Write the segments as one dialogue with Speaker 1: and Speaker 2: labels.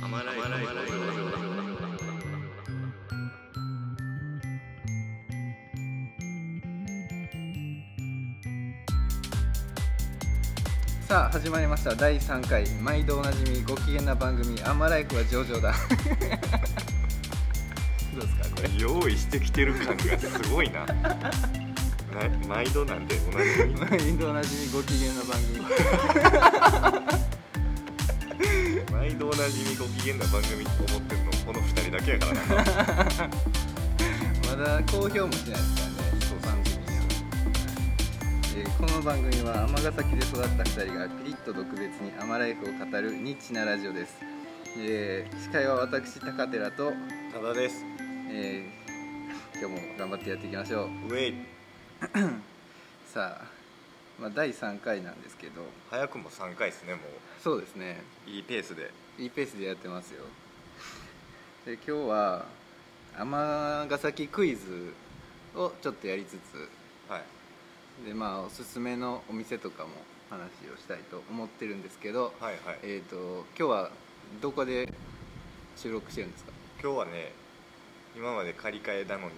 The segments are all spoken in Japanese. Speaker 1: まない
Speaker 2: さあ始まりました第3回毎度おなじみご機嫌な番組「アンマライクは上々だ」 どうですかこれ
Speaker 1: 用意してきてる感がすごいなな毎度なんて同じみ
Speaker 2: 毎度おなじみご機嫌な番組
Speaker 1: 毎度おなじみご機嫌な番組って思ってるのこの2人だけやからな
Speaker 2: まだ公表もしないですからね
Speaker 1: そう
Speaker 2: 番組には、えーこの番組は尼崎で育った2人がピリッと特別にアマライフを語るニッチなラジオです、えー司会は私高寺と、
Speaker 1: ただです
Speaker 2: えー今日も頑張ってやっていきましょう
Speaker 1: ウェイ
Speaker 2: さあ、まあ、第3回なんですけど
Speaker 1: 早くも3回ですねも
Speaker 2: そうですね
Speaker 1: ういいペースで
Speaker 2: いいペースでやってますよで今日は尼崎クイズをちょっとやりつつ
Speaker 1: はい
Speaker 2: でまあおすすめのお店とかも話をしたいと思ってるんですけど、
Speaker 1: はいはい
Speaker 2: えっ、と今日はどこで収録してるんです
Speaker 1: 今日はね今まで借り換えだのに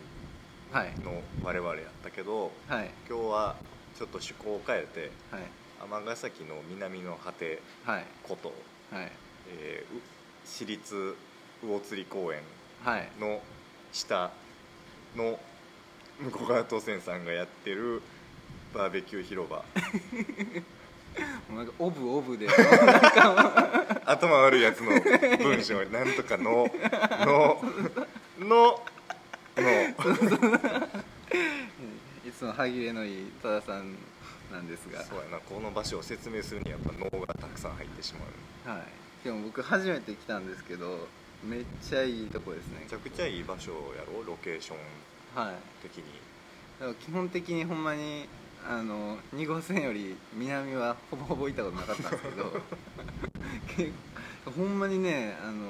Speaker 2: かはい
Speaker 1: の我々やったけど
Speaker 2: はい
Speaker 1: 今日はちょっと趣向を変えて
Speaker 2: はい
Speaker 1: 尼崎の南の果て
Speaker 2: はい
Speaker 1: こと、
Speaker 2: はい
Speaker 1: えーう市立魚釣公園
Speaker 2: はい
Speaker 1: の下の向こう側当選さんがやってるバーベキュー広場
Speaker 2: もうなんかオブオブで
Speaker 1: 頭悪いやつの文章なんとか のののの
Speaker 2: いつも歯切れのいい多田さんなんですが
Speaker 1: そうやなこの場所を説明するにはやっぱ脳がたくさん入ってしまう
Speaker 2: はい、でも僕初めて来たんですけどめっちゃいいとこですね
Speaker 1: めちゃくちゃいい場所やろロケーション
Speaker 2: はい
Speaker 1: 的に
Speaker 2: だから基本的にほんまにあの2号線より南はほぼほぼ行ったことなかったんですけど結構ほんまにねあの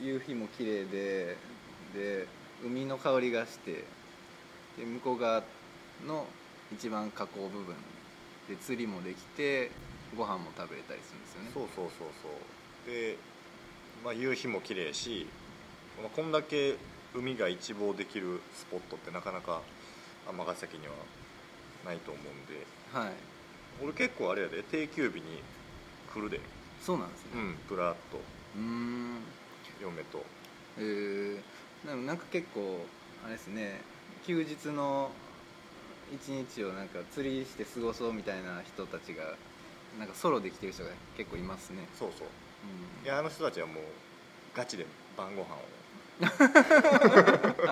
Speaker 2: 夕日も綺麗でで海の香りがしてで向こう側の一番河口部分で釣りもできてご飯も食べれたりするんですよね
Speaker 1: そうそうそうそうで、まあ、夕日も綺麗し、まあ、こんだけ海が一望できるスポットってなかなか尼崎にはないと思うんで
Speaker 2: はい
Speaker 1: 俺結構あれやで定休日に来るで
Speaker 2: そうなんですね
Speaker 1: うんプラッと
Speaker 2: うーん
Speaker 1: 嫁と
Speaker 2: えーでもなんか結構あれですね休日の一日をなんか釣りして過ごそうみたいな人たちがなんかソロで来てる人が結構いますね、
Speaker 1: そうそう
Speaker 2: う ん
Speaker 1: いやあの人たちはもうガチで晩ご飯を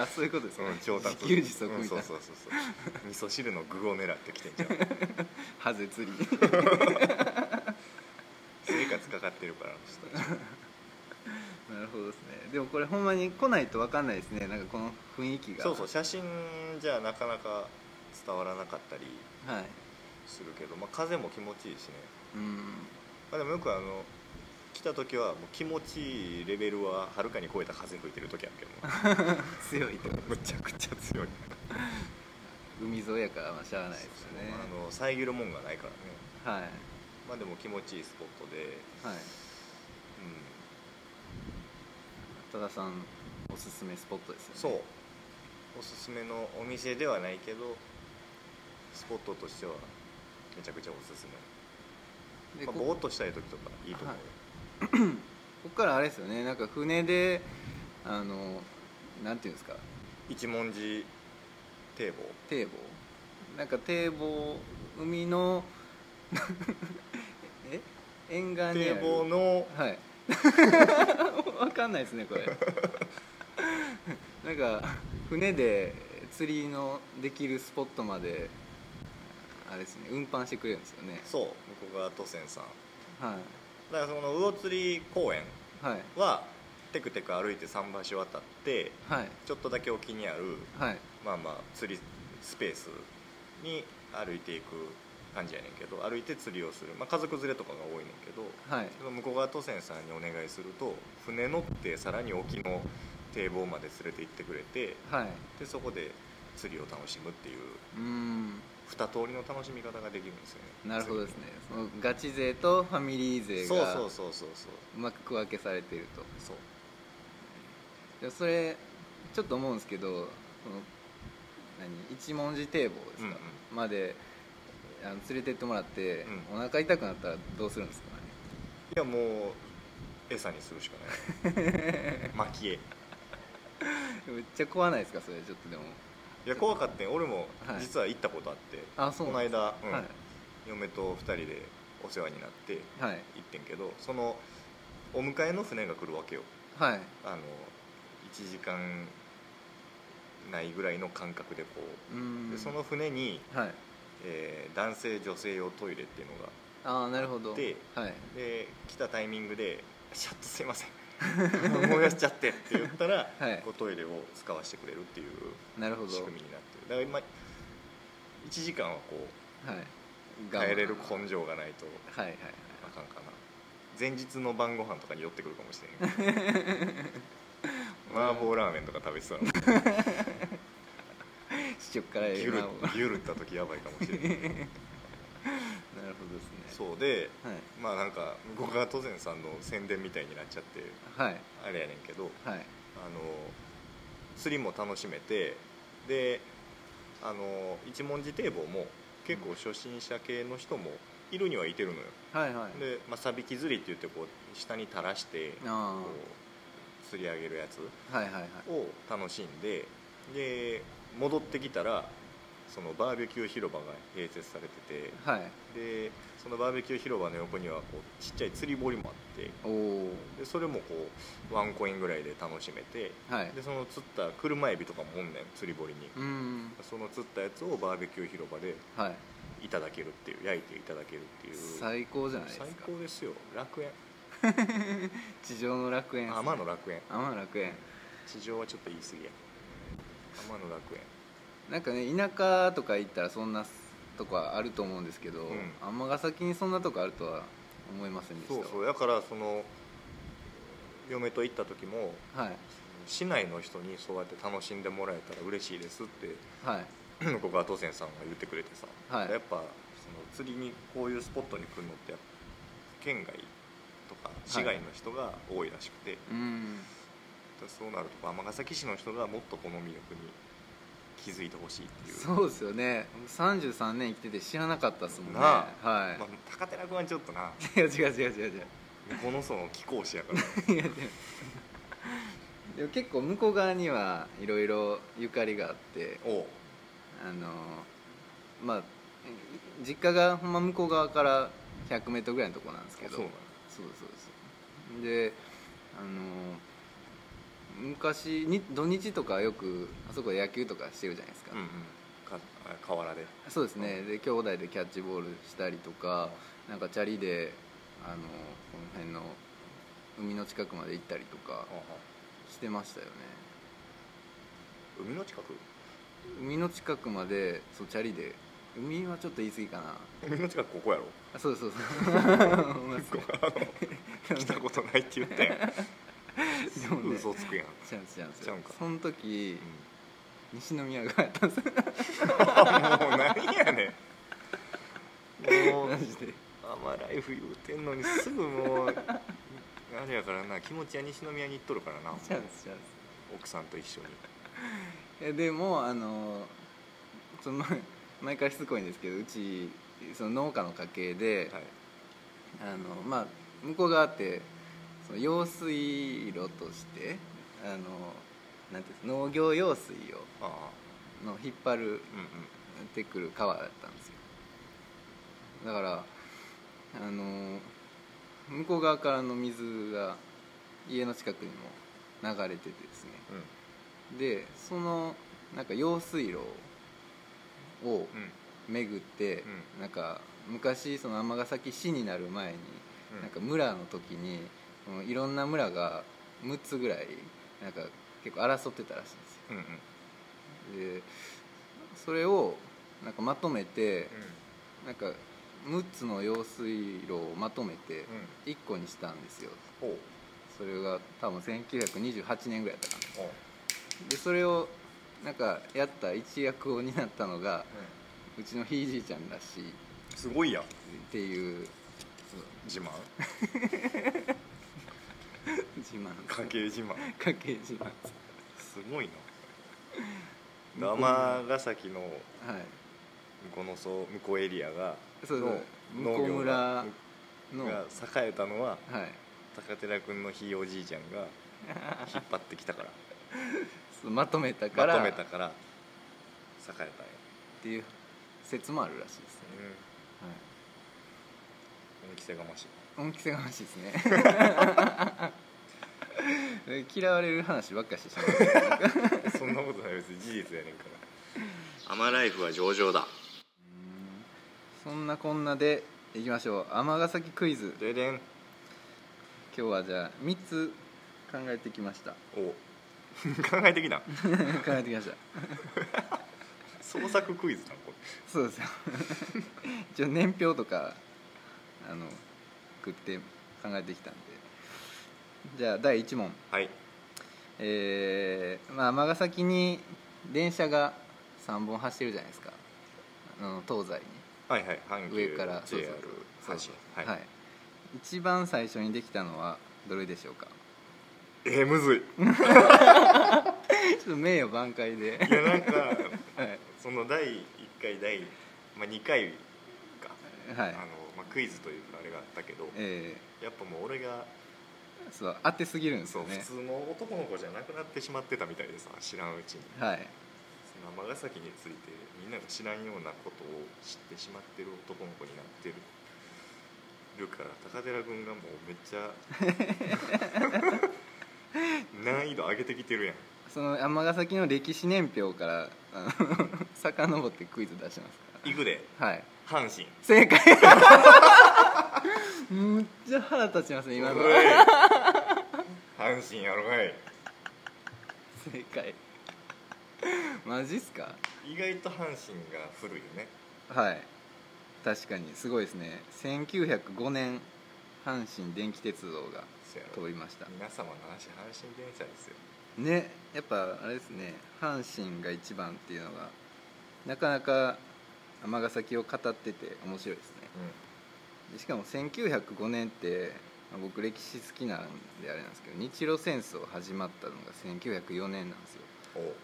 Speaker 2: あそういうことですね
Speaker 1: うん調達
Speaker 2: 自給自足みたいな、
Speaker 1: うんそうそうそうそう味噌汁の具を狙ってきてんじゃん
Speaker 2: ハゼ釣り
Speaker 1: 生活かかってるからあの人たち
Speaker 2: なるほどですねでもこれほんまに来ないと分かんないですねなんかこの雰囲気が
Speaker 1: そうそう写真じゃなかなか伝わらなかったり
Speaker 2: はい
Speaker 1: するけど、まあ、風も気持ちいいしね、
Speaker 2: うん
Speaker 1: まあ、でもよくあの来た時はもう気持ちいいレベルははるかに超えた風吹いてる時あるけ どな
Speaker 2: 強いと
Speaker 1: むちゃくちゃ強い
Speaker 2: 海沿いやからまあしゃあないですよね
Speaker 1: そうあの遮るもんがないからね、
Speaker 2: はい
Speaker 1: まあ、でも気持ちいいスポットで、
Speaker 2: はい
Speaker 1: うん、
Speaker 2: 多田さんおすすめスポットですよね
Speaker 1: そうおすすめのお店ではないけどスポットとしてはめちゃくちゃおすすめ、
Speaker 2: で
Speaker 1: まあ、
Speaker 2: こ
Speaker 1: ぼーっとしたい時とかいいと思うよ、
Speaker 2: はいここからあれですよねなんか船であのなんていうんですか
Speaker 1: 一文字堤防
Speaker 2: 堤防なんか堤防海の え沿岸にあ
Speaker 1: 堤
Speaker 2: る
Speaker 1: 防の
Speaker 2: はい わかんないですねこれなんか船で釣りのできるスポットまであれですね運搬してくれるんですよね
Speaker 1: そう向こう側渡船さん
Speaker 2: は
Speaker 1: だからその魚釣り公園
Speaker 2: いはい
Speaker 1: はテクテク歩いて桟橋渡って
Speaker 2: はい
Speaker 1: ちょっとだけ沖にある
Speaker 2: はい
Speaker 1: まあまあ釣りスペースに歩いていく感じやねんけど歩いて釣りをする、まあ、家族連れとかが多いねんけど
Speaker 2: はい
Speaker 1: その向こう側渡船さんにお願いすると船乗ってさらに沖の堤防まで連れて行ってくれて
Speaker 2: はい
Speaker 1: でそこで釣りを楽しむっていう
Speaker 2: うーん
Speaker 1: 二通りの楽しみ方ができるんですよね
Speaker 2: なるほどですねそのガチ勢とファミリー勢
Speaker 1: そう
Speaker 2: が
Speaker 1: そう
Speaker 2: う
Speaker 1: そうそうそう
Speaker 2: まく区分けされていると
Speaker 1: そう
Speaker 2: でそれちょっと思うんですけどその何一文字堤防ですか、
Speaker 1: うん
Speaker 2: まであの連れてってもらって、
Speaker 1: う
Speaker 2: お腹痛くなったらどうするんですかね
Speaker 1: いやもう餌にするしかな い蒔絵い
Speaker 2: めっちゃ怖ないですかそれちょっとでも
Speaker 1: や怖かったん俺も
Speaker 2: はい
Speaker 1: 実は行ったことあって、
Speaker 2: あそう
Speaker 1: この
Speaker 2: なんです
Speaker 1: 間、うん
Speaker 2: はい
Speaker 1: 嫁と二人でお世話になって
Speaker 2: はい
Speaker 1: 行ってんけどそのお迎えの船が来るわけよ
Speaker 2: はい
Speaker 1: あの1時間ないぐらいの間隔でこう、
Speaker 2: うーん
Speaker 1: でその船に、
Speaker 2: はい
Speaker 1: えー男性女性用トイレっていうのが
Speaker 2: ああなるほどはい
Speaker 1: でで来たタイミングで「ちょっとすいません 燃やしちゃって」って言ったら、
Speaker 2: はい
Speaker 1: こうトイレを使わせてくれるっていう
Speaker 2: なるほど
Speaker 1: 仕組みになってるだから今1時間はこう
Speaker 2: はい
Speaker 1: 帰れる
Speaker 2: はい
Speaker 1: 根性がないと
Speaker 2: はいはい
Speaker 1: あかんかな前日の晩ご飯とかに寄ってくるかもしれんけど 麻婆ラーメンとか食べてたら
Speaker 2: 試食から
Speaker 1: ゆ
Speaker 2: 選ぶ
Speaker 1: る
Speaker 2: なるほど
Speaker 1: ゆるった時やばいかもしれない
Speaker 2: ですね
Speaker 1: そうで
Speaker 2: う
Speaker 1: まあなんか向川都前さんの宣伝みたいになっちゃって
Speaker 2: はいはい
Speaker 1: あれやねんけど
Speaker 2: は
Speaker 1: あ
Speaker 2: い
Speaker 1: の釣りも楽しめてであの一文字堤防も結構初心者系の人もいるにはいてるのよ
Speaker 2: はいはい
Speaker 1: で、まあ、サビキ釣りって言ってこう下に垂らしてこ
Speaker 2: あ
Speaker 1: う釣り上げるやつ
Speaker 2: あはいはいはい
Speaker 1: を楽しんでで戻ってきたらそのバーベキュー広場が併設されて
Speaker 2: はい
Speaker 1: てでそのバーベキュー広場の横にはこうちっちゃい釣り堀もあって
Speaker 2: おお
Speaker 1: でそれもこうワンコインぐらいで楽しめて
Speaker 2: はい
Speaker 1: でその釣った車エビとかもおんねん釣り堀に
Speaker 2: うーん
Speaker 1: その釣ったやつをバーベキュー広場で
Speaker 2: はい
Speaker 1: いただけるっていう焼いていただけるっていう
Speaker 2: 最高じゃないです
Speaker 1: 最
Speaker 2: か
Speaker 1: 高ですよ楽園
Speaker 2: 地上の楽園
Speaker 1: 天の楽園
Speaker 2: 天の楽園
Speaker 1: 地上はちょっと言い過ぎや天の楽園
Speaker 2: なんかね田舎とか行ったらそんなとこはあると思うんですけど
Speaker 1: うん
Speaker 2: 尼、崎にそんなとこあるとは思いませんでした
Speaker 1: そうそうだからその嫁と行った時も
Speaker 2: はい
Speaker 1: 市内の人にそうやって楽しんでもらえたら嬉しいですって
Speaker 2: はい
Speaker 1: ここは当選さんが言ってくれてさ、
Speaker 2: はい
Speaker 1: やっぱその釣りにこういうスポットに来るのってやっぱ県外とか市外の人が多いらしくて、
Speaker 2: うーん
Speaker 1: そうなると尼崎市の人がもっとこの魅力に気づいてほしいっていう
Speaker 2: そうですよね33年生きてて知らなかったですもんね
Speaker 1: な
Speaker 2: は
Speaker 1: まあ、高寺君はちょっとない
Speaker 2: 、いや違う違う違う違う
Speaker 1: この層の貴公子やから
Speaker 2: いやでもでも結構向こう側にはいろいろゆかりがあって
Speaker 1: おう
Speaker 2: あのまあ実家がほんま向こう側から1 0 0ルぐらいのとこなんですけど
Speaker 1: そうなの
Speaker 2: そうですそうですであの昔に土日とかよくあそこで野球とかしてるじゃないですか、
Speaker 1: うんうんかあ河原で
Speaker 2: そうですねで兄弟でキャッチボールしたりとかなんかチャリであのこの辺の海の近くまで行ったりとか
Speaker 1: ああ
Speaker 2: してましたよね
Speaker 1: 海の近く
Speaker 2: 海の近くまでそうチャリで海はちょっと言い過ぎかな
Speaker 1: 海の近くここやろ
Speaker 2: あそうそう そうほんまっす
Speaker 1: こ
Speaker 2: ね
Speaker 1: こあ の来たことないって言っ たやん
Speaker 2: ですもね
Speaker 1: ぐ嘘つくやん、
Speaker 2: ちゃうんですちゃうんです
Speaker 1: ちゃ
Speaker 2: よ
Speaker 1: うんか
Speaker 2: その時
Speaker 1: うん
Speaker 2: 西宮がやったん で
Speaker 1: も
Speaker 2: す
Speaker 1: う何やねん もう
Speaker 2: マジで
Speaker 1: アマライフ言うてんのにすぐもうあれやからな気持ちは西宮に行っとるからな
Speaker 2: ちゃうんですちゃうんです
Speaker 1: 奥さんと一緒に
Speaker 2: えでもあのその前毎回しつこいんですけどうちその農家の家系で、
Speaker 1: はい
Speaker 2: あのまあ向こう側ってその用水路としてあのなんていうんです農業用水を
Speaker 1: ああ
Speaker 2: の引っ張る
Speaker 1: うんうん
Speaker 2: ってくる川だったんですよだからあの向こう側からの水が家の近くにも流れててですね
Speaker 1: うん
Speaker 2: でそのなんか用水路を
Speaker 1: うん
Speaker 2: 巡って、
Speaker 1: う
Speaker 2: なんか昔その尼崎市になる前に、
Speaker 1: うん
Speaker 2: なんか村の時にそのいろんな村が6つぐらいなんか結構争ってたらしいんで
Speaker 1: うん
Speaker 2: すよ
Speaker 1: うん
Speaker 2: でそれをなんかまとめて、なんか6つの用水路をまとめて
Speaker 1: うん
Speaker 2: 1個にしたんですよ
Speaker 1: おう
Speaker 2: それが多分1928年ぐらいだったか
Speaker 1: おう
Speaker 2: なでそれをなんかやった一役を担ったのがうちのひいじいちゃんらしいっ
Speaker 1: すごいやん
Speaker 2: ていう
Speaker 1: 自慢
Speaker 2: 自慢
Speaker 1: 家計自慢
Speaker 2: 家計自慢
Speaker 1: すごいな尼崎の
Speaker 2: はい
Speaker 1: 向こうのそう向こうエリアが
Speaker 2: そうそ
Speaker 1: の
Speaker 2: う向こう
Speaker 1: 農業が
Speaker 2: 村の
Speaker 1: が
Speaker 2: は
Speaker 1: 栄えたのはい高寺君のひいおじいちゃん が引っ張ってきたから
Speaker 2: そうまとめたか
Speaker 1: ま
Speaker 2: ら
Speaker 1: とめ
Speaker 2: った
Speaker 1: から栄えたんや、
Speaker 2: ていう説もあるらしいですね、
Speaker 1: うん、恩着せがましい
Speaker 2: はい、恩着せがましいですね 嫌われる話ばっかしてしまう
Speaker 1: そんなことない別に事実やねんからアマライフは上々だ
Speaker 2: そんなこんなでいきましょう尼崎クイズ
Speaker 1: ででん
Speaker 2: 今日はじゃあ3つ考えてきました
Speaker 1: お 考えてきた
Speaker 2: 考えてきました
Speaker 1: 創作クイズなんこ
Speaker 2: そうですよ一応年表とかあの送って考えてきたんでじゃあ第1問
Speaker 1: れはい
Speaker 2: えーまあ尼崎に電車が3本走ってるじゃないですかあの東西
Speaker 1: はいはい阪
Speaker 2: に上からそう
Speaker 1: JR
Speaker 2: そうそう
Speaker 1: 阪神
Speaker 2: はい、
Speaker 1: はい
Speaker 2: 一番最初にできたのはどれでしょうか
Speaker 1: えーむずい
Speaker 2: ちょっと名誉挽回で、
Speaker 1: いやなんか
Speaker 2: はい
Speaker 1: その第1回第、まあ、2回か、
Speaker 2: は
Speaker 1: あ
Speaker 2: い
Speaker 1: のまあ、クイズというかあれがあったけど
Speaker 2: え
Speaker 1: やっぱもう俺が
Speaker 2: ーそう当てすぎるんです
Speaker 1: そう、
Speaker 2: よね
Speaker 1: 普通の男の子じゃなくなってしまってたみたいでさ知らんうちに
Speaker 2: はい
Speaker 1: その尼崎についてみんなが知らんようなことを知ってしまってる男の子になってるるから高寺君がもうめっ ちゃ難易度上げてきてるやん
Speaker 2: その尼崎の歴史年表からあの遡ってクイズ出しますか
Speaker 1: 行くで
Speaker 2: らはい
Speaker 1: 阪神
Speaker 2: 正 解むっちゃ腹立ちますね今の
Speaker 1: おい阪神やろがい
Speaker 2: 正解マジっすか
Speaker 1: 意外と阪神が古いよね
Speaker 2: はい確かにすごいですね1905年阪神電気鉄道が
Speaker 1: そやろ
Speaker 2: 通りました
Speaker 1: 皆様の話阪神電車ですよ
Speaker 2: ねやっぱあれですね阪神が一番っていうのがなかなか尼崎を語ってて面白いですねでしかも1905年ってまあ僕歴史好きなんであれなんですけど日露戦争始まったのが1904年なんですよ
Speaker 1: うんおう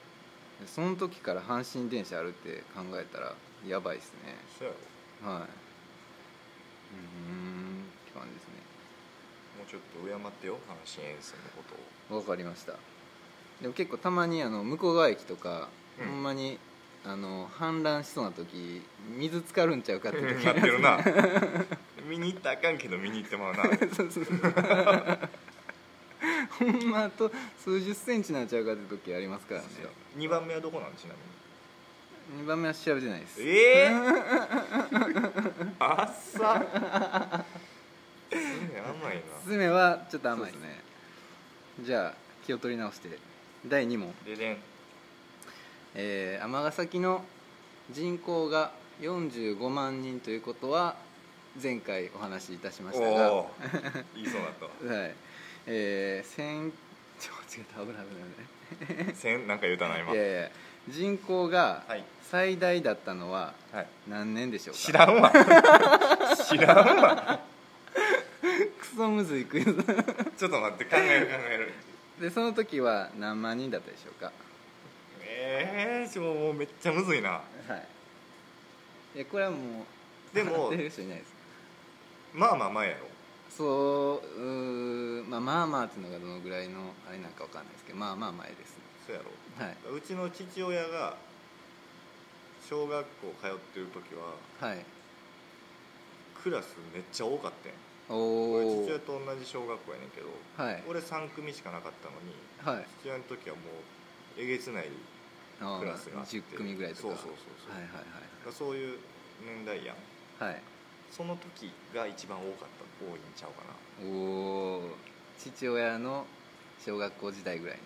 Speaker 2: でその時から阪神電車あるって考えたらやばいですね
Speaker 1: そやろ
Speaker 2: はいうんうんって感じですね
Speaker 1: もうちょっと敬ってよ阪神沿線のことを
Speaker 2: わかりましたでも結構たまにあの向川駅とか、
Speaker 1: うん
Speaker 2: ほんまにあの氾濫しそうな時水浸かるんちゃうかって時
Speaker 1: なってるな 見に行ったらあかんけど見に行ってまうな
Speaker 2: そうそうそう ほんまあと数十センチになっちゃうかって時ありますからね
Speaker 1: 2番目はどこなんちなみ
Speaker 2: 2番目は調べてないです
Speaker 1: にええ あっさすね甘いな
Speaker 2: 爪はちょっと甘いですねじゃあ気を取り直して第2問
Speaker 1: ででん
Speaker 2: えー尼崎の人口が45万人ということは前回お話しいたしましたが、は
Speaker 1: おー言いそうだったわ
Speaker 2: いえー、千 ちょ違った危ない危ない
Speaker 1: せんなんか言うたな
Speaker 2: 危な
Speaker 1: 今
Speaker 2: いいやいや人口が
Speaker 1: はい
Speaker 2: 最大だったのは
Speaker 1: はい
Speaker 2: 何年でしょうか、
Speaker 1: 知らんわ 知らんわ
Speaker 2: クソむずいクイズ
Speaker 1: ちょっと待って考える考える
Speaker 2: でその時は何万人だったでしょうか
Speaker 1: ええー、もうめっちゃむずいな
Speaker 2: はいいやこれはもう
Speaker 1: でも
Speaker 2: 当てる人いないです
Speaker 1: まあまあ前やろ
Speaker 2: そううーまあまあまあっていうのがどのぐらいのあれなんかわかんないですけどまあまあ前です
Speaker 1: そうやろ
Speaker 2: ねは
Speaker 1: うちの父親が小学校通ってる時はい
Speaker 2: はい
Speaker 1: クラスめっちゃ多かったん
Speaker 2: お
Speaker 1: 俺
Speaker 2: お
Speaker 1: 父親と同じ小学校やねんけど
Speaker 2: はい
Speaker 1: 俺3組しかなかったのに
Speaker 2: はい
Speaker 1: 父親の時はもうえげつない
Speaker 2: あー
Speaker 1: クラスがあって
Speaker 2: 10組ぐらいとか
Speaker 1: そうそうそうそう、
Speaker 2: はい
Speaker 1: だ
Speaker 2: は
Speaker 1: からそういう年代やん
Speaker 2: いはいはい
Speaker 1: その時が一番多かった多いんちゃうかな
Speaker 2: おおー父親の小学校時代ぐらい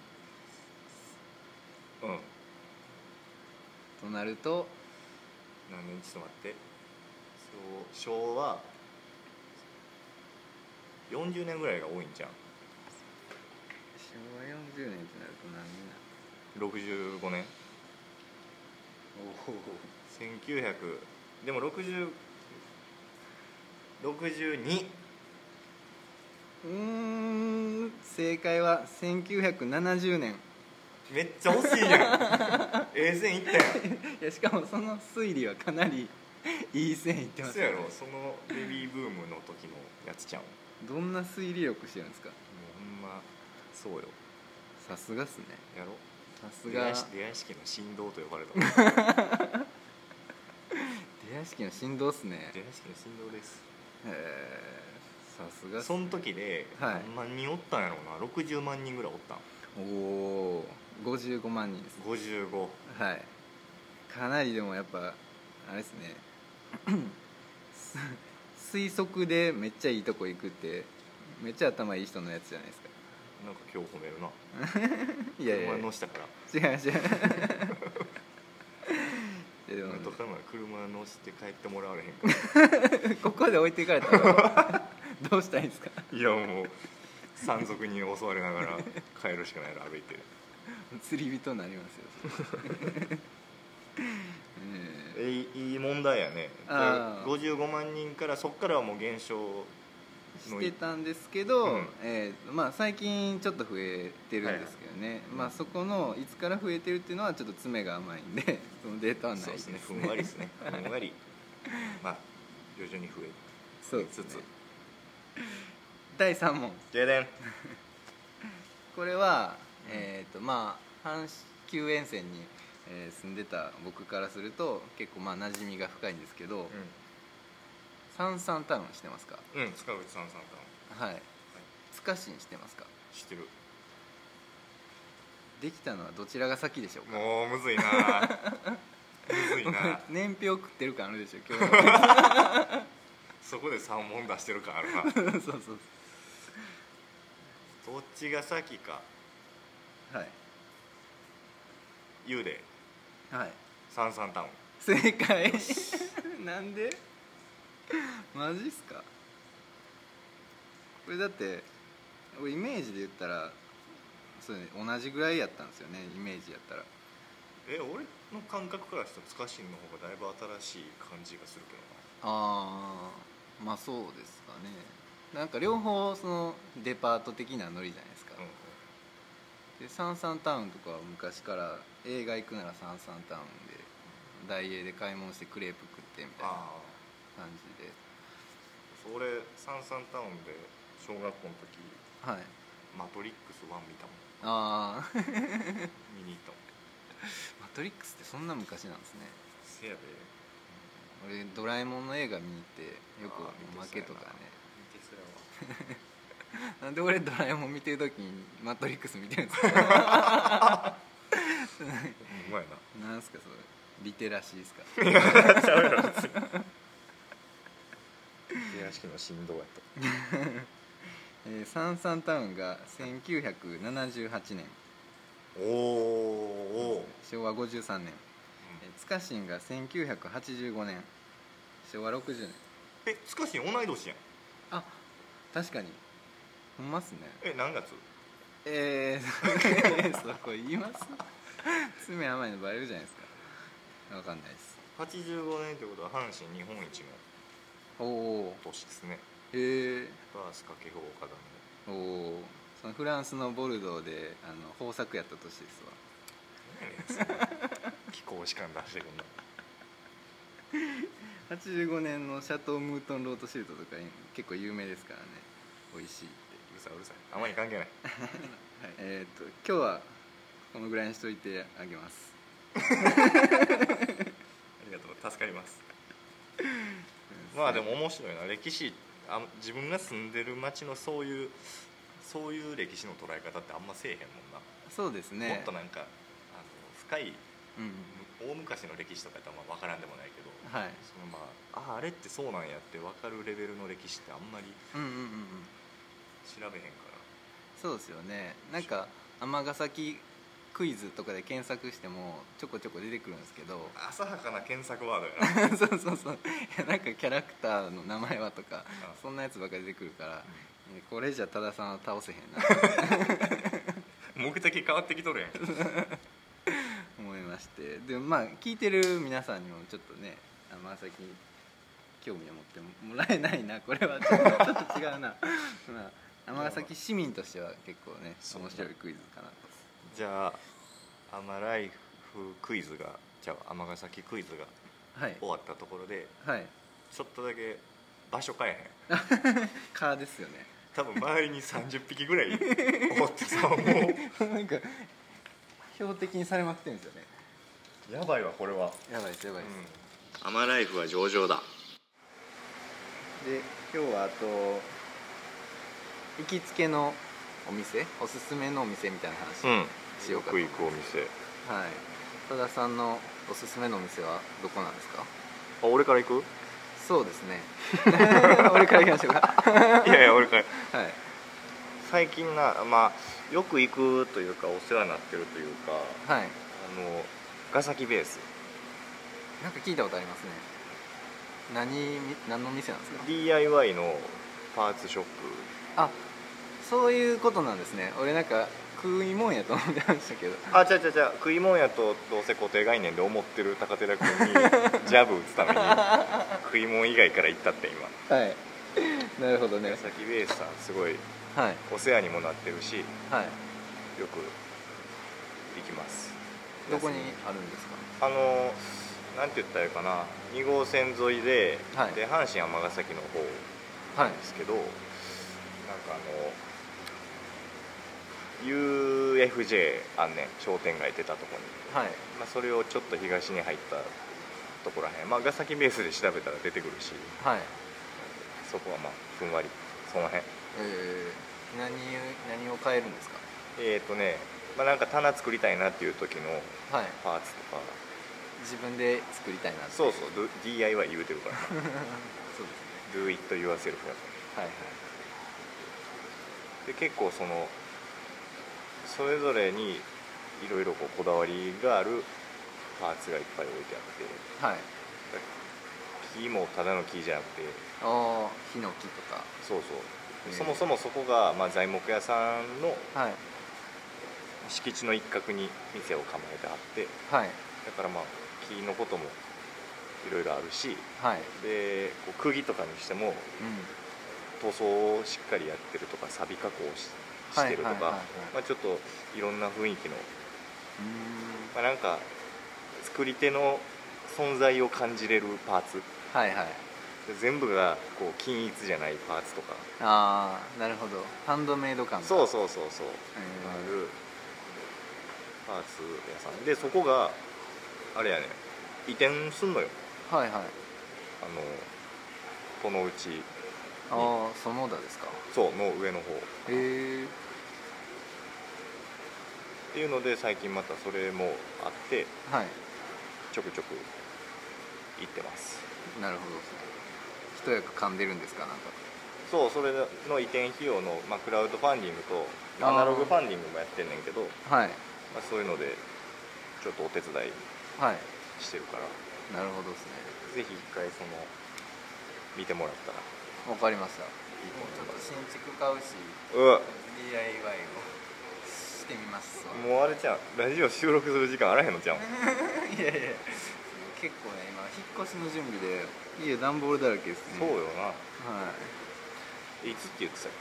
Speaker 2: に
Speaker 1: うん
Speaker 2: となると
Speaker 1: 何年ちょっと待ってそう昭和40年ぐらいが多いんちゃう
Speaker 2: 昭和40年ってなると何になる
Speaker 1: 65年
Speaker 2: おお
Speaker 1: 1900でも60 62
Speaker 2: うーん正解は1970年
Speaker 1: めっちゃ惜しいやんええ線いったやん
Speaker 2: いやしかもその推理はかなりいい線いってます
Speaker 1: そ
Speaker 2: ね
Speaker 1: やろそのベビーブームの時のやつちゃうんも
Speaker 2: どんな推理力してるんですか
Speaker 1: うほんまそうよ
Speaker 2: さすがっすね
Speaker 1: やろ
Speaker 2: さす
Speaker 1: 出
Speaker 2: が
Speaker 1: 会い
Speaker 2: 出
Speaker 1: し出会い式の振動と呼ば れた出会
Speaker 2: 屋敷の振動っすね
Speaker 1: い式の振動です
Speaker 2: へーさすがっす
Speaker 1: その時で
Speaker 2: はい
Speaker 1: 何万人おったんやろうな60万人ぐらいおったん
Speaker 2: おおー55万人です
Speaker 1: 55
Speaker 2: はいかなりでもやっぱあれです ねす推測でめっちゃいいとこ行くってめっちゃ頭いい人のやつじゃないですか
Speaker 1: なんか今日褒めるない
Speaker 2: やいや
Speaker 1: 車の下から
Speaker 2: 違う 違ういやでも
Speaker 1: なんとかまで車乗せて帰ってもらわれへんから
Speaker 2: ここで置いていかれたらどうしたいんですか
Speaker 1: いやもう山賊に襲われながら帰るしかないから歩いて
Speaker 2: 釣り人になり ますよ え
Speaker 1: えいいい問題やね
Speaker 2: あー
Speaker 1: 55万人からそっからはもう減少
Speaker 2: えしてたんですけど、
Speaker 1: うん
Speaker 2: えーまあ、最近ちょっと増えてるんですけどね、まあ、そこのいつから増えてるっていうのはちょっと詰めが甘いん でそのデータはない
Speaker 1: そう
Speaker 2: で
Speaker 1: ですす
Speaker 2: ね
Speaker 1: ねふんわり ですねふんわりまあ徐々に増え
Speaker 2: そうです
Speaker 1: つつ
Speaker 2: ね第3問
Speaker 1: 停電
Speaker 2: これは、えっ、とまあ阪急沿線に、えー住んでた僕からすると結構まあ馴染みが深いんですけど、サンサンタウンしてますか
Speaker 1: うん、うん、塚口さんさんか
Speaker 2: はいつかしんしてますか
Speaker 1: 知ってる
Speaker 2: できたのはどちらが先でしょうか
Speaker 1: もうむずいなむずい な
Speaker 2: 年表食ってる感あるでしょ今 日は
Speaker 1: そこで3問出してるからあるな
Speaker 2: そうそうそ
Speaker 1: どっちが先か
Speaker 2: うはい
Speaker 1: 言うで
Speaker 2: はい
Speaker 1: サンサンタウン
Speaker 2: 正解 なんでマジっすかこれだって俺イメージで言ったらそう、ね、同じぐらいやったんですよねイメージやったら
Speaker 1: え俺の感覚からしたら塚新の方がだいぶ新しい感じがするけどな
Speaker 2: ああまあそうですかねなんか両方そのデパート的なノリじゃないですか、
Speaker 1: う
Speaker 2: でサンサンタウンとかは昔から映画行くならサンサンタウンでダイエーで買い物してクレープ食ってみたいな
Speaker 1: ああ
Speaker 2: 感じで
Speaker 1: それサンサンタウンで小学校の時
Speaker 2: はい
Speaker 1: 「マトリックス1」見たもん
Speaker 2: ああ
Speaker 1: 見に行ったもん
Speaker 2: マトリックスってそんな昔なんですね
Speaker 1: せやで
Speaker 2: 俺ドラえもんの映画見に行ってよく
Speaker 1: あー
Speaker 2: おまけとかね
Speaker 1: 見てそやわ
Speaker 2: なんで俺ドラえもん見てる時にマトリックス見てるんです か
Speaker 1: うまいな
Speaker 2: なんすかそれリテラシーですか
Speaker 1: 手屋敷の振動やった
Speaker 2: えーサンサンタウンが1978年
Speaker 1: おーお
Speaker 2: 昭和53年
Speaker 1: ー、
Speaker 2: えーつかしんが1985年昭和60年
Speaker 1: えつかし同い年やん
Speaker 2: あ確かにほんまっすね
Speaker 1: え何月
Speaker 2: えー、 そこ言います爪甘いのバレるじゃないですかわかんないです
Speaker 1: 85年ということは阪神日本一の
Speaker 2: おお
Speaker 1: 年ですね
Speaker 2: へえ
Speaker 1: バース掛布岡田の
Speaker 2: おおそのフランスのボルドーであの豊作やった年ですわ
Speaker 1: 気候士官出してくんな
Speaker 2: 85年のシャトー・ムートン・ロートシルトとか結構有名ですからね美味しいって、
Speaker 1: うるさいうるさいあまり関係ない
Speaker 2: えっ、と今日はこのぐらいにしといてあげます
Speaker 1: ありがとう助かりますまあでも面白いな歴史あ自分が住んでる町のそういうそういう歴史の捉え方ってあんませえへんもんな、
Speaker 2: そうですね
Speaker 1: もっとなんかあの深い
Speaker 2: うん
Speaker 1: む大昔の歴史とかやったらまあ分からんでもないけど
Speaker 2: はい
Speaker 1: そのまあああれってそうなんやって分かるレベルの歴史ってあんまり
Speaker 2: うんうんうんうん
Speaker 1: 調べへんから
Speaker 2: そうですよねなんか尼崎クイズとかで検索してもちょこちょこ出てくるんですけど
Speaker 1: 浅はかな検索ワードやな
Speaker 2: そうそうそういやなんかキャラクターの名前はとかそんなやつばっかり出てくるからえこれじゃ多田さんは倒せへん なと
Speaker 1: 目的変わってきとるやん
Speaker 2: 思いまししてでまあ聞いてる皆さんにもちょっとねあの朝日興味を持ってもらえないなこれはちょっ とちょっと違うなまあ尼崎市民としては結構ね
Speaker 1: そう
Speaker 2: 面白いクイズかなと
Speaker 1: じゃあ「アマライフクイズが」じゃあ尼崎クイズが
Speaker 2: はい
Speaker 1: 終わったところで
Speaker 2: はい
Speaker 1: ちょっとだけ場所変えへん
Speaker 2: 蚊ですよね
Speaker 1: 多分周りに30匹ぐらいおってさも
Speaker 2: なんか標的にされまくってるんですよね
Speaker 1: うやばいわこれは、
Speaker 2: やばいですやばいです、
Speaker 1: アマライフは上々だ
Speaker 2: で今日はあと行きつけのお店おすすめのお店みたいな話、
Speaker 1: うん
Speaker 2: しようかと
Speaker 1: よく行くお店
Speaker 2: はい多田さんのおすすめのお店はどこなんですか
Speaker 1: あ俺から 行く
Speaker 2: そうですね 俺から行きましょう か
Speaker 1: いやいや俺から
Speaker 2: はい
Speaker 1: 最近なまあよく行くというかお世話になってるというか
Speaker 2: は
Speaker 1: あ
Speaker 2: い
Speaker 1: のガサキベース
Speaker 2: なんか聞いたことありますね何み何の店なんですか
Speaker 1: DIY のパーツショップ
Speaker 2: あそういうことなんですね俺なんか食いもんやと思ってましたけど
Speaker 1: あ違う違う違う食いもんやとどうせ固定概念で思ってる高寺 君にジャブ打つ ために食いもん以外から行ったって今
Speaker 2: はいなるほどね
Speaker 1: ガサキベースさんすごい
Speaker 2: はい
Speaker 1: お世話にもなってるしよ
Speaker 2: はい
Speaker 1: く行きます
Speaker 2: どこにあるんですか
Speaker 1: あのなんて言ったらいいかな2号線沿いで,、
Speaker 2: はい
Speaker 1: で阪神尼崎の方
Speaker 2: はい
Speaker 1: ですけどなんかあの UFJ あんねん商店街出たとこに、
Speaker 2: はい
Speaker 1: まあ、それをちょっと東に入ったところへんまあ、ガサキベースで調べたら出てくるし
Speaker 2: はい
Speaker 1: そこはまあふんわりその辺
Speaker 2: えー、何何を変えるんですか
Speaker 1: えっ、とね、まあ、なんか棚作りたいなっていう時の
Speaker 2: はい
Speaker 1: パーツとか
Speaker 2: 自分で作りたいな
Speaker 1: そうそう do- DIY 言うてるから な
Speaker 2: そうですね
Speaker 1: Do it yourself やから
Speaker 2: はいは
Speaker 1: で結構そのそれぞれにいろいろこうこだわりがあるパーツがいっぱい置いてあっ
Speaker 2: いはい
Speaker 1: て木もただの木じゃなくて
Speaker 2: ああヒノキとか
Speaker 1: そう
Speaker 2: へ
Speaker 1: そう
Speaker 2: え
Speaker 1: そもそもそこが、まあ、材木屋さんの
Speaker 2: はい
Speaker 1: 敷地の一角に店を構えてあって
Speaker 2: はい
Speaker 1: だからまあ木のこともいろいろあるし
Speaker 2: はい
Speaker 1: でこう釘とかにしても
Speaker 2: う
Speaker 1: 塗装をしっかりやってるとか錆加工をししてるとか、
Speaker 2: はいはいはいはい
Speaker 1: まあ、ちょっといろんな雰囲気の
Speaker 2: ん
Speaker 1: まあ、なんか作り手の存在を感じれるパーツ
Speaker 2: はいはい
Speaker 1: 全部がこう均一じゃないパーツとか
Speaker 2: ああなるほどハンドメイド感が
Speaker 1: そう
Speaker 2: う
Speaker 1: そうそうそうあ
Speaker 2: ん
Speaker 1: るパーツ屋さんでそこがあれやね移転すんのよ
Speaker 2: はいはい
Speaker 1: あのこのうち
Speaker 2: ああそのだですか
Speaker 1: そうの上の方っ
Speaker 2: へえ
Speaker 1: ていうので最近またそれもあって
Speaker 2: はい
Speaker 1: ちょくちょく行ってます
Speaker 2: なるほど一役噛んでるんですかなんか
Speaker 1: そうそれの移転費用の、まあ、クラウドファンディングとアナログファンディングもやってんねんけど
Speaker 2: はい
Speaker 1: まあ、そういうのでちょっとお手伝い
Speaker 2: はい
Speaker 1: してるから
Speaker 2: なるほどですね
Speaker 1: ぜひ一回その見てもらったら
Speaker 2: わかりました
Speaker 1: いいと思います
Speaker 2: 新築買うし
Speaker 1: う
Speaker 2: DIY をしてみますわ
Speaker 1: んもうあれじゃんラジオ収録する時間あらへんのじゃん
Speaker 2: いやいや結構ね今引っ越しの準備で家段ボールだらけですね
Speaker 1: そうよ
Speaker 2: は
Speaker 1: な
Speaker 2: い
Speaker 1: いつって言ってたっ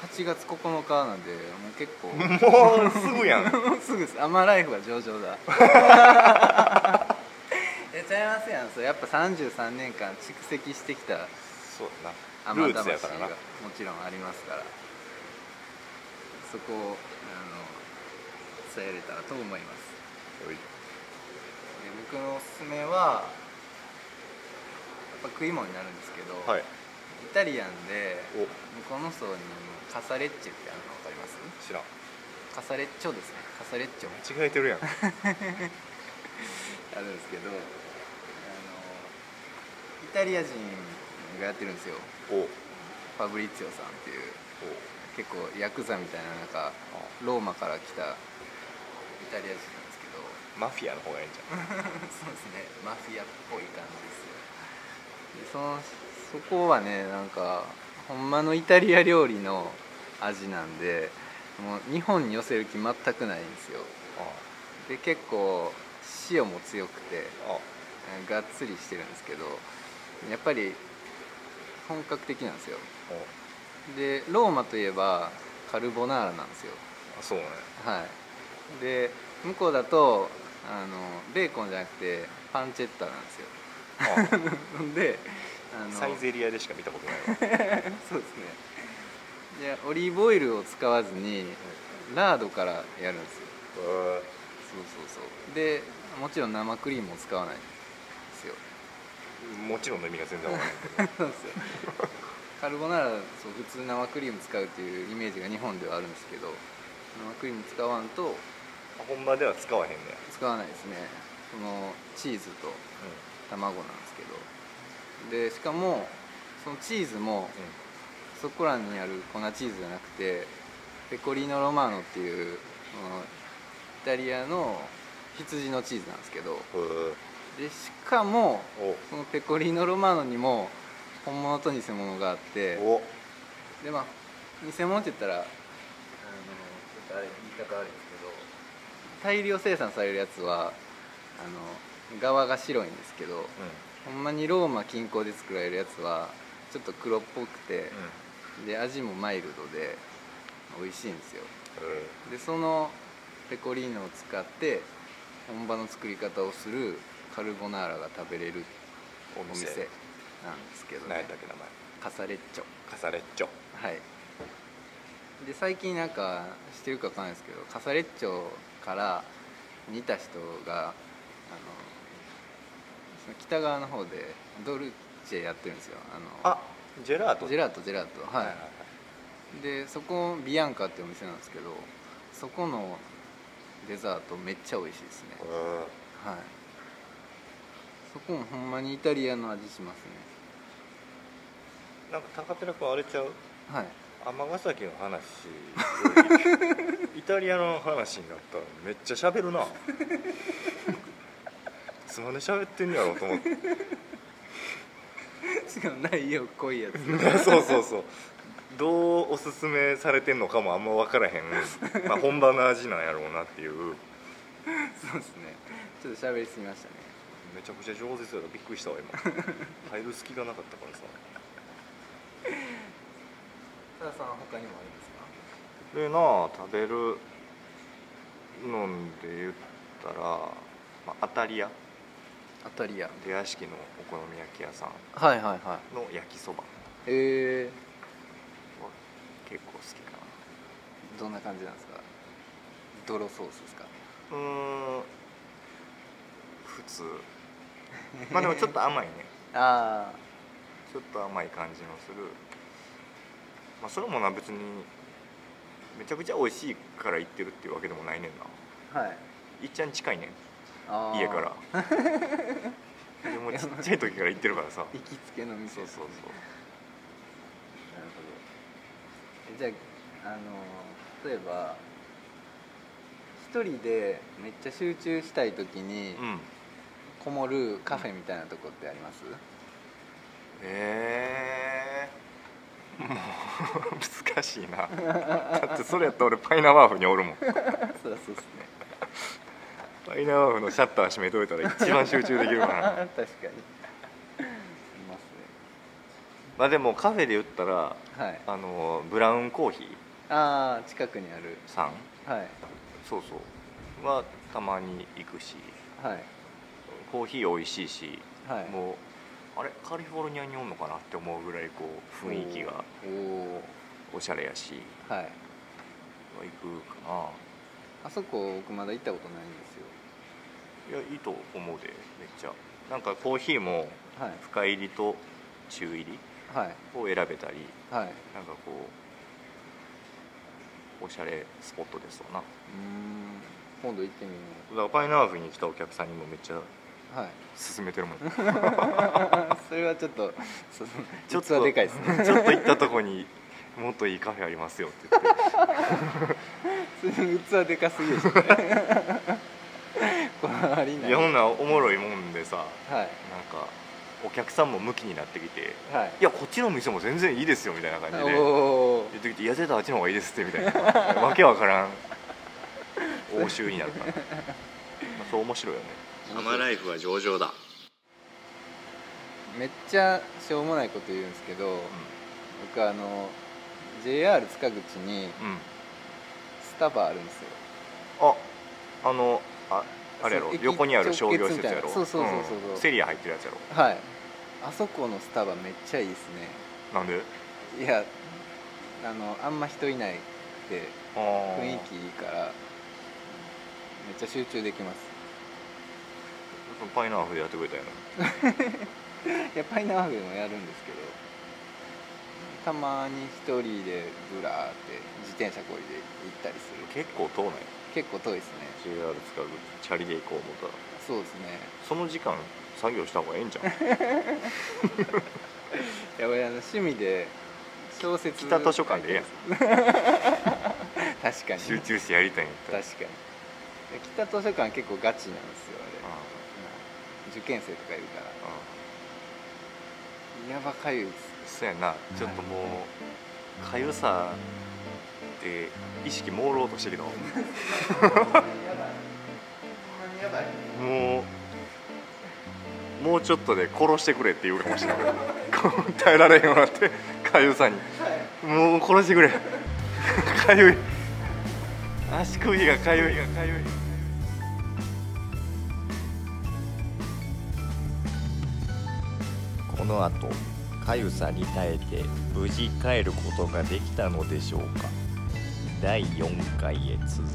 Speaker 2: 8月9日なんでもう結 構
Speaker 1: けもうすぐやん
Speaker 2: もうすぐですアマライフは上々 だいやちゃいますやんそうやっぱ33年間蓄積してきた
Speaker 1: そうやな
Speaker 2: ア
Speaker 1: ル
Speaker 2: マ
Speaker 1: ーツや
Speaker 2: 魂
Speaker 1: か
Speaker 2: が
Speaker 1: ら
Speaker 2: も
Speaker 1: な
Speaker 2: ちろんありますからそこをあの伝えれたらと思います
Speaker 1: おい
Speaker 2: で僕のおすすめはやっぱ食い物になるんですけど、
Speaker 1: はい
Speaker 2: イタリアンで
Speaker 1: お
Speaker 2: 向こうの層にカサレッチェってあるの分かります
Speaker 1: 知らん
Speaker 2: カサレッチョですねカサレッチョ
Speaker 1: 間違えてるやん
Speaker 2: あるんですけどあのイタリア人がやってるんですよ
Speaker 1: おお
Speaker 2: ファブリッツィオさんっていう結構ヤクザみたいななんかローマから来たイタリア人なんですけど
Speaker 1: マフィアの方がいいんじゃん
Speaker 2: そうですねマフィアっぽい感じですよでそのそこはねなんかほんまのイタリア料理の味なんでもう日本に寄せる気全くないんですよ
Speaker 1: あ
Speaker 2: で結構潮も強くて
Speaker 1: あ
Speaker 2: がっつりしてるんですけどやっぱり本格的なんですよ
Speaker 1: お
Speaker 2: でローマといえばカルボナーラなんですよ
Speaker 1: あそうね
Speaker 2: はいで向こうだとあのベーコンじゃなくてパンチェッタなんですよ
Speaker 1: あ
Speaker 2: ほんであの
Speaker 1: サイゼリアでしか見たことないわ
Speaker 2: そうですねいやオリーブオイルを使わずにラードからやるんですよ
Speaker 1: うん
Speaker 2: そうそうそうでもちろん生クリームを使わないんですよ
Speaker 1: もちろんの意味が全然わからないけど
Speaker 2: そうですよカルボナーラそう普通生クリーム使うっていうイメージが日本ではあるんですけど生クリーム使わんと
Speaker 1: あ本場では使わへんね、
Speaker 2: 使わないですねそのチーズと卵なんですけどでしかもそのチーズもそこらにある粉チーズじゃなくてペコリーノ・ロマーノっていうそのイタリアの羊のチーズなんですけど
Speaker 1: うんへ
Speaker 2: でしかも
Speaker 1: え
Speaker 2: そのペコリーノ・ロマーノにも本物と偽物があって
Speaker 1: おお
Speaker 2: でまあ偽物って言ったらあのちょっとあれ言い方あるんですけど大量生産されるやつはあの側が白いんですけどほんまにローマ近郊で作られるやつはちょっと黒っぽくて、で味もマイルドで美味しいんですよ
Speaker 1: うんへ
Speaker 2: でそのペコリーノを使って本場の作り方をするカルボナーラが食べれる
Speaker 1: えお
Speaker 2: お
Speaker 1: 店
Speaker 2: 店なんですけど
Speaker 1: 何や
Speaker 2: ね
Speaker 1: ったっけ名前
Speaker 2: カサレッチョ
Speaker 1: カサレッチョ
Speaker 2: はいで最近なんかしてるかわかんないですけどカサレッチョから似た人があのその北側の方でドルチェやってるんですよあの
Speaker 1: あジェラート
Speaker 2: ジェラートジェラートはい
Speaker 1: はいはい
Speaker 2: でそこビアンカっていうお店なんですけどそこのデザートめっちゃ美味しいですね
Speaker 1: はい
Speaker 2: はいそこもほんまにイタリアの味しますね
Speaker 1: うんなんか高寺君あれちゃう
Speaker 2: はい
Speaker 1: 尼崎の 話よりイタリアの話になったらめっちゃ喋 るないつまで喋ってんねやろうと思って
Speaker 2: しかも内容濃 いやつ
Speaker 1: そうそうそうどうおすすめされてんのかもあんま分からへん、まあ、本場の味なんやろうなっていう
Speaker 2: そうですねちょっと喋りすぎましたね
Speaker 1: めちゃくちゃ上手ですよびっくりしたわ今入る隙がなかったからさ
Speaker 2: たださん他にもありますか
Speaker 1: でなあ食べるのんで言ったら、まあ、アタリア
Speaker 2: アタリア
Speaker 1: 出屋敷のお好み焼き屋さん
Speaker 2: はいはいはい
Speaker 1: の焼きそばは
Speaker 2: え
Speaker 1: 結構好きかな
Speaker 2: ー、どんな感じなんですか泥ソースですか
Speaker 1: うーん普通まあでもちょっと甘いね
Speaker 2: あ
Speaker 1: ちょっと甘い感じのするまあそれもな別にめちゃくちゃ美味しいから行ってるっていうわけでもないねんな
Speaker 2: あはい
Speaker 1: いっちゃん近いねん
Speaker 2: あー
Speaker 1: 家から でもちっちゃい時から行ってるからさ
Speaker 2: 行きつけの店
Speaker 1: そうそうそう
Speaker 2: なるほどえじゃあ、あの例えば一人でめっちゃ集中したい時に
Speaker 1: うん
Speaker 2: こもるカフェみたいなとこってあります、
Speaker 1: ええもう 難しいなだってそれやったら俺パイナワーフにおるもん
Speaker 2: そうそうですね
Speaker 1: パイナワーフのシャッター閉めといたら一番集中できるか な
Speaker 2: 確かにいます
Speaker 1: まあでもカフェで言ったら
Speaker 2: ねはい
Speaker 1: あのブラウンコーヒー
Speaker 2: ああ近くにある
Speaker 1: さん
Speaker 2: はい
Speaker 1: そうそうはたまに行くし
Speaker 2: はい
Speaker 1: コーヒー美味しいし、
Speaker 2: はい
Speaker 1: もうあれカリフォルニアにおんのかなって思うぐらいこう雰囲気が
Speaker 2: おお
Speaker 1: おしゃれやし
Speaker 2: ーはい
Speaker 1: 行くかな
Speaker 2: あそこ僕まだ行ったことないんです
Speaker 1: い
Speaker 2: よ
Speaker 1: やいいと思うでめっちゃなんかコーヒーも
Speaker 2: はい
Speaker 1: 深入りと中入り
Speaker 2: はい
Speaker 1: を選べたりな
Speaker 2: はいう
Speaker 1: んかこうおしゃれスポットですわなだ
Speaker 2: ーん今度行ってみよ
Speaker 1: からパイナーフに来たお客さんにもめっちゃ
Speaker 2: うはい
Speaker 1: 勧めてるもん
Speaker 2: それはちょっとその
Speaker 1: ちょっ
Speaker 2: 実は
Speaker 1: と
Speaker 2: でかいですね
Speaker 1: ちょっと行ったとこにもっといいカフェありますよって言って
Speaker 2: 器でかすぎるしこれありない
Speaker 1: いやほんならおもろいもんでさなん
Speaker 2: はい
Speaker 1: かお客さんも向きになってきて
Speaker 2: はい
Speaker 1: いやこっちの店も全然いいですよみたいな感じで
Speaker 2: おお
Speaker 1: 言ってきて「いや絶対あっちの方がいいです」ってみたいなわけわからん応酬になるからまあ、そう面白いよねサマライフは上々だ、
Speaker 2: めっちゃしょうもないこと言うんですけど、僕あの JR 塚口に
Speaker 1: うんうん、
Speaker 2: スタバあるんですよ
Speaker 1: ああのああれやろ
Speaker 2: そう駅
Speaker 1: 横にある商業施設やろ
Speaker 2: 直結みたいなそうそうそうそうそうん
Speaker 1: セリア入ってるやつやろ
Speaker 2: はいあそこのスタバめっちゃいいです
Speaker 1: なんで
Speaker 2: ねいやあのあんま人いないって
Speaker 1: あ
Speaker 2: 雰囲
Speaker 1: ー
Speaker 2: 気いいからめっちゃ集中できます
Speaker 1: パイナーフでやってくれたよない
Speaker 2: やパイナーフでもやるんですけどたまに一人でブラーって自転車こいで行ったりする
Speaker 1: 結構遠ない
Speaker 2: 結構遠いですね
Speaker 1: JR 使うチャリで行こう思ったら
Speaker 2: そうですね
Speaker 1: その時間作業した方がええんじゃん
Speaker 2: いや俺あの趣味で小説
Speaker 1: 北図書館でええやん
Speaker 2: 確か に
Speaker 1: 集中してやりたいんやったら
Speaker 2: 確かに北図書館結構ガチなんですよあれ、うん受験生とかいるか
Speaker 1: あーあ
Speaker 2: らやばかゆいです
Speaker 1: ーそうやなちょっともうかゆさで意識朦朧としてるの
Speaker 2: やばい
Speaker 1: もうもうちょっとで殺してくれって言うかもしれない耐えられへんようになってかゆさにもう殺してくれかゆい足首がかゆいがかゆいこの後かゆさに耐えて無事帰ることができたのでしょうか第4回へ続く